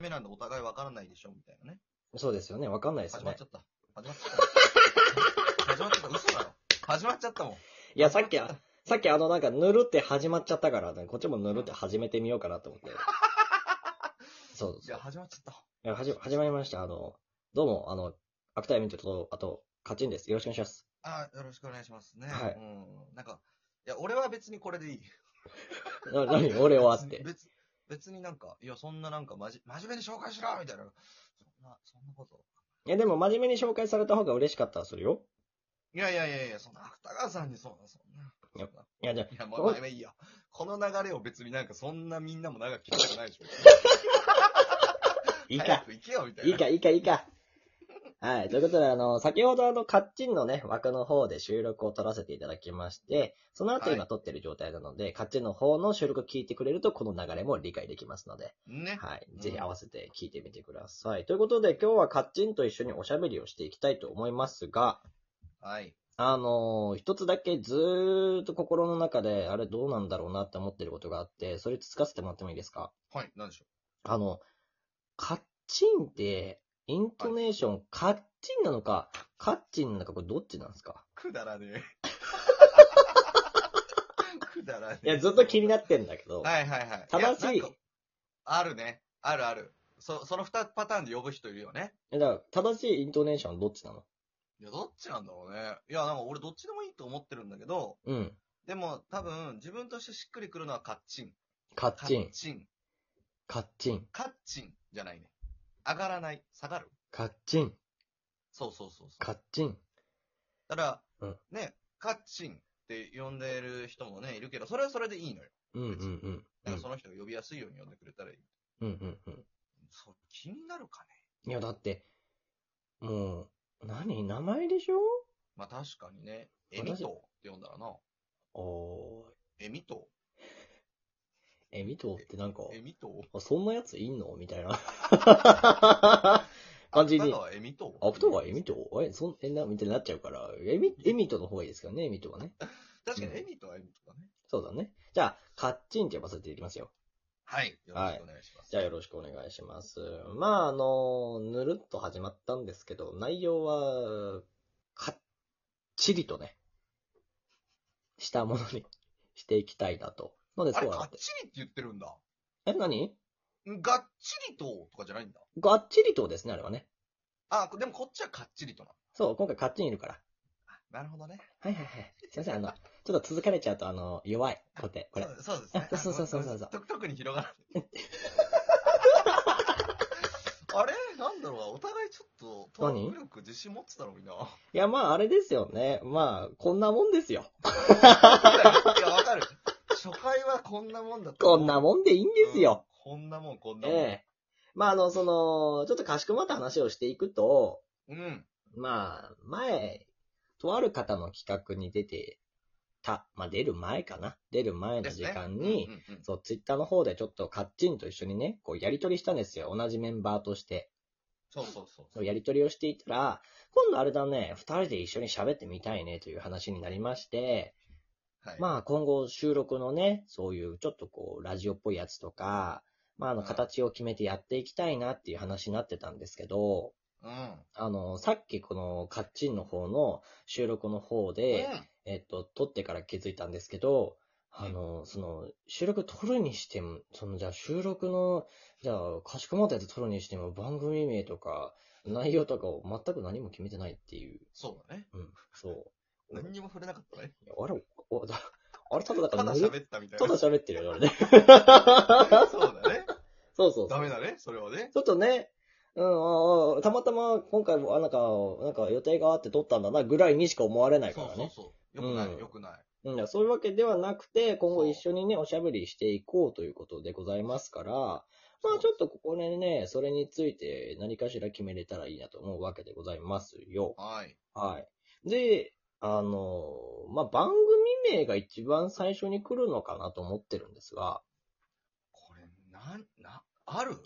目なんでお互いわからないでしょみたいなね。そうですよね。わかんないですよ始まっねちゃ。った。始まっちゃった。始まっちゃった。嘘だろ。始まっちゃったもん。いや、さっき、あさっきあのなんか、ぬるって始まっちゃったから、こっちもぬるって始めてみようかなと 思って。そういそうや、。始まっちゃった。いやはじ、始まりました。あの、どうも、あの、アクタイミントと、あと、カチンです。よろしくお願いします。あーよろしくお願いしますね。はいうん。なんか、いや、俺は別にこれでいい。な、なに、俺は 別っにて。別別になんか、いや、そんななんか、まじ、真面目に紹介しろみたいな。そんな、そんなこと。いや、でも真面目に紹介された方が嬉しかったらするよ。いやいやいやいや、そんな、芥川さんにそんな、そんな。いやいや、じゃいや、も、そううまあまあいいや。この流れを別になんか、そんなみんなも長く聞きたくないでしょ。いい早か。く行けよ、みたいな。いいか、いいか、いいか。はい。ということで、あの、先ほどあの、カッチンのね、枠の方で収録を取らせていただきまして、その後はい今撮ってる状態なので、カッチンの方の収録を聞いてくれると、この流れも理解できますので、ね。はい。うんぜひ合わせて聞いてみてください。ということで、今日はカッチンと一緒におしゃべりをしていきたいと思いますが、はい。あのー一つだけずーっと心の中で、あれどうなんだろうなって思ってることがあって、それつつかせてもらってもいいですかはい、なんでしょあの、カッチンって、イントネーション、カッチンなのか、カッチンなのか、これどっちなんですかう。くだらねえ。 くだらねいや、ずっと気になって。ってんだけど、はいはいはい。正しい、やなんかあるね。あるある。そ、その二パターンで呼ぶ人いるよね。えだから正しいイントネーションはどっちなのいや、どっちなんだろうね。いや、なんか俺どっちでもいいと思ってるんだけど、うん。でも多分自分としてしっくりくるのはカッチン。カッチン、チン。カッチン、カッチンじゃないね。上がらない。下がる。カッチン、そうそうそうそう。カッチン。だかうらん、ね、カッチンって呼んでる人もね、いるけど、それはそれでいいのよ。うんうんうん。うだかんらその人が呼びやすいように呼んでくれたらいい。うんうんうん。そう、気になるかね。いや、だって、もう、何名前でしょまあ確かにね、私エミトって呼んだらな。おエミトー、え、ミトってなんか、エミトあそんなやついんのみたいな感じに。エミトアプトがエミトえ、そん、え、な、みたいになっちゃうから、エミ、エミトの方がいいですからね、エミトはね。確かにエミトはエミトだね。そうだね。じゃあ、カッチンって呼ばせていきますよ。はい。よろしくお願いします。じゃあ、よろしくお願いします。まあ、あの、ぬるっと始まったんですけど、内容は、かっちりとね、したものにしていきたいなと。ので、あそれ、うがなっ。ってちりって言ってるんだ。え、何がっちりととかじゃないんだ。がっちりとですね、あれはね。あ、でもこっちはかっちりとな。そう、今回カッチンいるから。あなるほどね。はいはいはい。すいません、あの、ちょっと続かれちゃうと、あの、弱い。これ、これ。そうそうですね。あそうそうそうそうあごめそうんなさい特に広がら ない。あれなんだろうなお互いちょっと、トーク力自信持ってたのにな。いや、まあ、あれですよね。まあ、こんなもんですよ。いや、わかる。初回はこんなもんだった。こんなもんでいいんですよ。うん。こんなもん、こんなえもん。えまあ、あの、その、ちょっとかしこまった話をしていくと、うん。まあ、前、とある方の企画に出てた、まあ、出る前かな。出る前の時間でに、すね、うんうんうんそう、ツイッターの方でちょっとカッチンと一緒にね、こう、やりとりしたんですよ。同じメンバーとして。そうそうそうそうやりとりをしていたら、今度あれだね、二人で一緒に喋ってみたいねという話になりまして、はい。まあ今後収録のね、そういうちょっとこう、ラジオっぽいやつとか、まああのうん形を決めてやっていきたいなっていう話になってたんですけど、うん。あの、さっきこのカッチンの方の収録の方で、うんえっと、撮ってから気づいたんですけど、あの、その、収録撮るにしても、その、じゃあ収録の、じゃあ、かしこまったやつ撮るにしても、番組名とか、内容とかを全く何も決めてないっていう、そうだね。そう。何にも触れなかったね。いやあれ、おだあれ、ただだかたらだぬる、喋ったみたいただな。喋ってるよね、あれね。そうだね。そうそうそう。ダメだね、それはね。ちょっとね、うんああ、たまたま今回も、あ、なんか、なんか予定があって撮ったんだな、ぐらいにしか思われないかそうらそうね。そう。よくなうんい、よくない。うん、そういうわけではなくて、今後一緒にね、おしゃべりしていこうということでございますから、まあちょっとここでね、それについて何かしら決めれたらいいなと思うわけでございますよ。はい。はい。で、あの、まあ番組名が一番最初に来るのかなと思ってるんですが、これ、なん、な、ある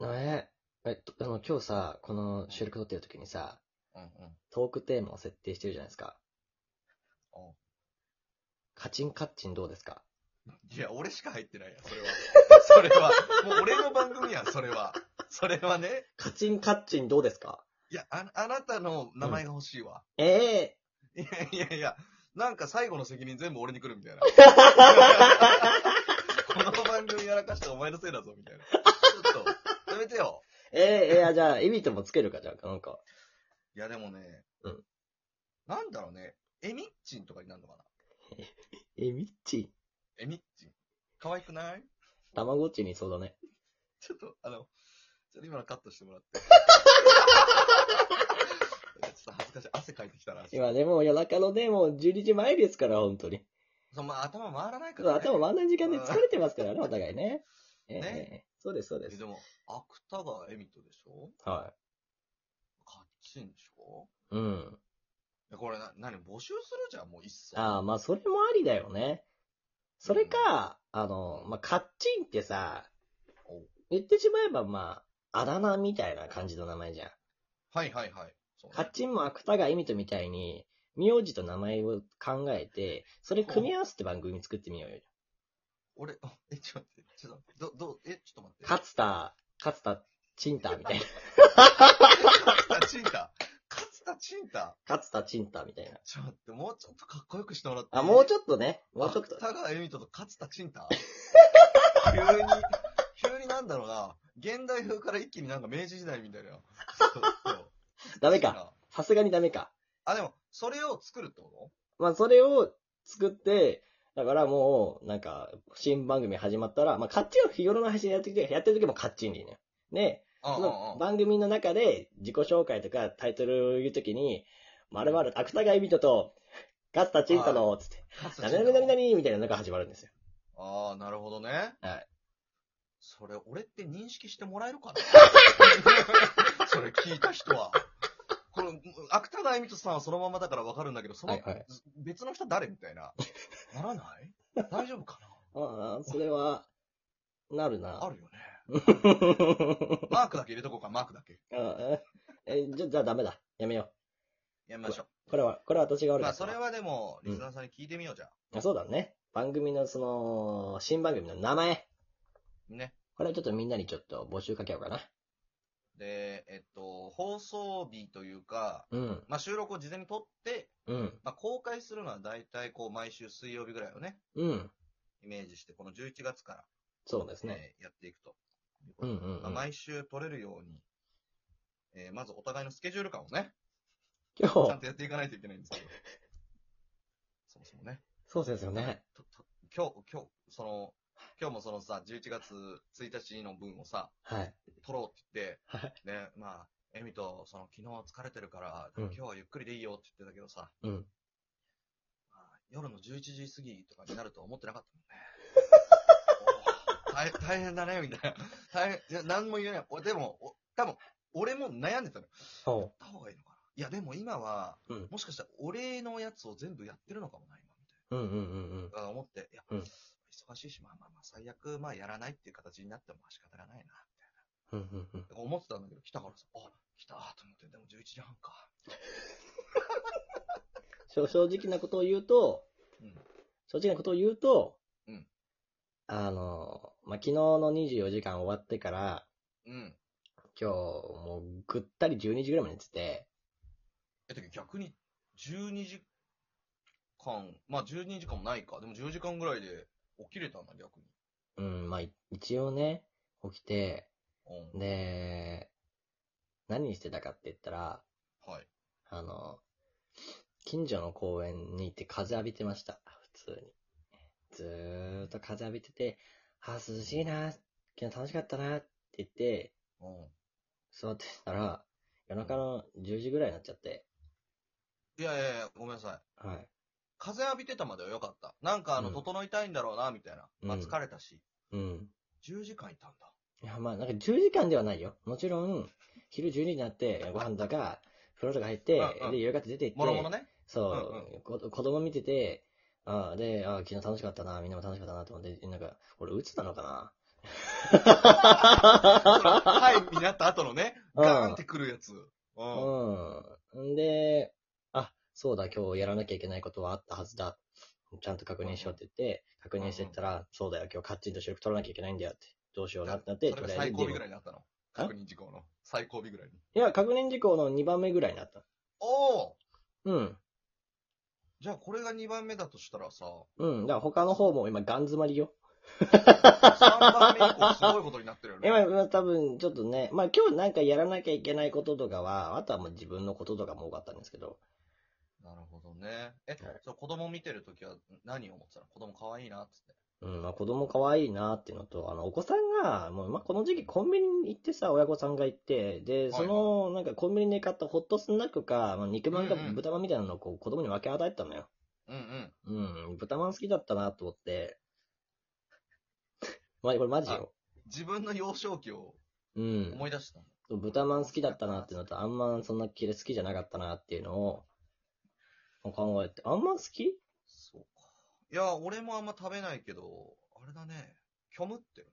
ねえ、えっと、あの、今日さ、この収録撮ってる時にさ、うんうん。トークテーマを設定してるじゃないですか。おカチンカッチンどうですかいや、俺しか入ってないやん、それは。それ は。もう俺の番組やん、それは。それはね。カチンカッチンどうですかいや、ああなたの名前が欲しいわ。ええいや いやいや、なんか最後の責任全部俺に来るみたい な。この番組やらかしたお前のせいだぞ、みたいな。ちょっと、やめてよ。えええいやじゃあ、エビともつけるか、じゃあ、なんか。いや、でもね、うんなんだろうね。エミッチンとかになるのかなえ、ミッチエミッチン。可愛くないたまごっちにいそうだね。ちょっと、あの、ちょっと今のカットしてもらって。ちょっと恥ずかしい。汗かいてきたな。今ね、もう夜中のね、もう12時前ですから、本当に。そう、まあ頭回らないから、ね。頭真んない時間で疲れてますから ね、お互いね。ええねそうです、そうでえすで。も、芥川エミトでしょはカッチンでしょい。うん。いやこれな、何募集するじゃん、もういっそ。ああ、まあ、それもありだよね。それか、あの、まあ、カッチンってさお、言ってしまえば、まあ、あだ名みたいな感じの名前じゃん。はいはいはい。そうねカッチンも芥川恵美とみたいに、名字と名前を考えて、それ組み合わせて番組作ってみようよ。俺、あえ、ちょっと待って、ちょっと待って、ど、どう、え、ちょっと待って。勝田、勝田、チンタみたい な。勝田チンタ。勝田チンタ。勝田、チンタみたいな。ちょっと待って、もうちょっとかっこよくしてもらって。あ、もうょちょっとね、もうちょっと。芥川エミトと勝田チンタ。急に、急になんだろうな。現代風から一気になんか明治時代みたい な。そうそうダメか。。さすがにダメか。あ、でも、それを作るってこまあ、それを作って、だからもう、なんか、新番組始まったら、まあ、カッチンは日頃の配信やってきて、やってる時もカッチンでいいのよ。で、とそうんうんのうん。番組の中で自己紹介とかタイトルを言うときに、まるまる、芥川恵美人と、勝田チンタの、つって、勝田なチンタになになになにみたいなのが始まるんですよ。ああ、なるほどね。はい。それ、俺って認識してもらえるか なそれ聞いた人は。この、芥川恵美人さんはそのままだからわかるんだけど、その、はいはい別の人誰みたいな。ならない大丈夫かああ、それは、なる なあな。るよね。マークだけ入れとこうか、マークだけ。うんえ、じゃ、じゃあダメだ。やめよやめましょう。これは、これは私がう。悪まかあ、った。それはでも、うんリスナーさんに聞いてみようじゃあそうだね。番組の、その、新番組の名前。ん。ね。これはちょっとみんなにちょっと募集かけようかな。で、えっと、放送日というか、うん、まあ、収録を事前に撮って、うん、まあ、公開するのは大体こう、毎週水曜日ぐらいをね、うん。イメージして、この11月から、そうですね。えーやっていくと。うんうん、まうあん。毎週取れるように、えーまずお互いのスケジュール感をね、今ちゃ日ん、とやっていかないといけないん ですけど。そもそもね。そうですよね。とと今日、今日、その、今日もそのさ、11月1日の分をさ、はい。取ろうって言はいって、で、まあ、エミと、その、昨日疲れてるから、うん今日はゆっくりでいいよって言ってたけどさ、うん。まあ夜の11時過ぎとかになるとは思ってなかったもんね。おー大大変だね、みたいな。大変、いや、何も言えない。俺、でも、お多分、俺も悩んでたの。おうやった方がいいのかな。いや、でも今は、うんもしかしたら俺のやつを全部やってるのかもな、今、みうんうんうんたいな。あ思って、いや、うん忙しいし、まあまあまあ、最悪、まあやらないっていう形になってもまあ仕方がないな、みたいうん。うんうんうん。な。思ってたんだけど、来たからさ、あ、来たと思って、でも11時半か。正正直なことを言うと、うん。正直なことを言うと、うんあの、まあ、昨日の24時間終わってから、うん。今日、もうぐったり12時ぐらいまで寝てて、え、てか逆に、12時間、まあ12時間もないか。でも10時間ぐらいで起きれたんだ、逆に。うん、まあ、い一応ね、起きて、うん。で、何してたかって言ったら、はい。あの、近所の公園に行って風浴びてました。普通に。ずーっと風浴びてて、あー、涼しいな、昨日楽しかったなって言って、うん。座ってたら、夜中の10時ぐらいになっちゃって、いやいやいや、ごめんなさい。はい。風浴びてたまではよかった。なんかあの、うん整いたいんだろうな、みたいな。まあうん疲れたし。うん。 10時間いたんだ。いや、まあ、なんか10時間ではないよ。もちろん、昼12時になって、ご飯だか、風呂とか入ってうんう、んで、夕方出て行って、もろもろね。そう、こ子供見てて、ああ、で、ああ、昨日楽しかったな、みんなも楽しかったなと思って、なんか、俺、鬱なのかなそのはい、になった後のね、うんガーンってくるやつ。うん。うん。んで、あ、そうだ、今日やらなきゃいけないことはあったはずだ。ちゃんと確認しようって言って、確認してったら、そうだよ、今日カッチンと収録取らなきゃいけないんだよって。どうしようなってなっそて、れが最後尾ぐらいい。になったの。確認事項の。最後尾ぐらいに。いや、確認事項の2番目ぐらいになった。おおうん。じゃあこれが2番目だとしたらさ、うん。だから他の方も今ガン詰まりよ。 3番目以降すごいことになってる よね。今、今多分ちょっとね、まあ今日なんかやらなきゃいけないこととかは、あとはもう自分のこととかも多かったんですけど、なるほどね。え、はいそう子供見てるときは何を思ってたの子供可愛いなっつって。うん、まあ子供可愛いなっていうのと、あの、お子さんが、もう、まあこの時期コンビニに行ってさ、親御さんが行って、で、いその、なんかコンビニで買ったホットスナックか、まあ、肉まんかうんうん豚まんみたいなのをこう子供に分け与えてたのよ。うんうん。うん、豚まん好きだったなと思 って。まあこれマジよ。自分の幼少期をうん。思い出したの。豚まん好きだったなっていうのと、あんまそんな綺麗好きじゃなかったなっていうのを考えて、あんま好きそうか。いや、俺もあんま食べないけど、あれだね。虚無ってるね。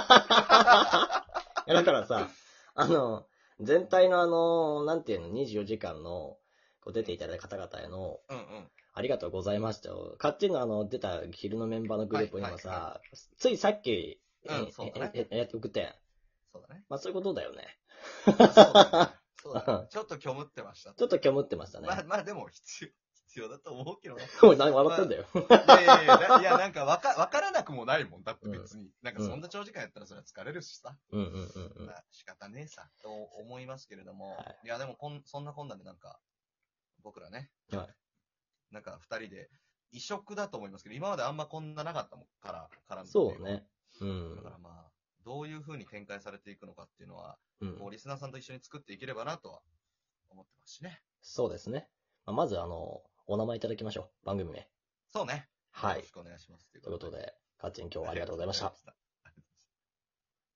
いやだから さ、あの、全体のあの、なんていうの、24時間の、こう出ていただいた方々への、うんうん。ありがとうございましたを、カッチンのあの、出た昼のメンバーのグループを今さ、はいはついさっき、うんえそうだねええやって送ってん、そう だね。まあそういうことだよね。そうだね。そうだねちょっと虚無ってました。ちょっと虚無ってましたね。まあまあでも必要、必要だと思うけどね。もう何 笑ってんだよ。いやいやいやないや、なんかわか、わからなくもないもん。だって別に。なんかそんな長時間やったらそれは疲れるしさ。うんうんうんうんま。あ仕方ねえさ、と思いますけれども。、はいや、でもこん、そんなこんなでなんか、僕らね。はいなんか二人で、異色だと思いますけど、今まであんまこんななかったもんから、からそう。ね。うだかん。らまあ、どういう風に展開されていくのかっていうのは、うんこう、リスナーさんと一緒に作っていければなとは思ってますしね。そうですね。まあまず、あの、お名前いただきましょう。番組名。そうね。はよろいし。くお願いします。といということ。で、カッチン今日はありがとうございましあたりがとうございま。した。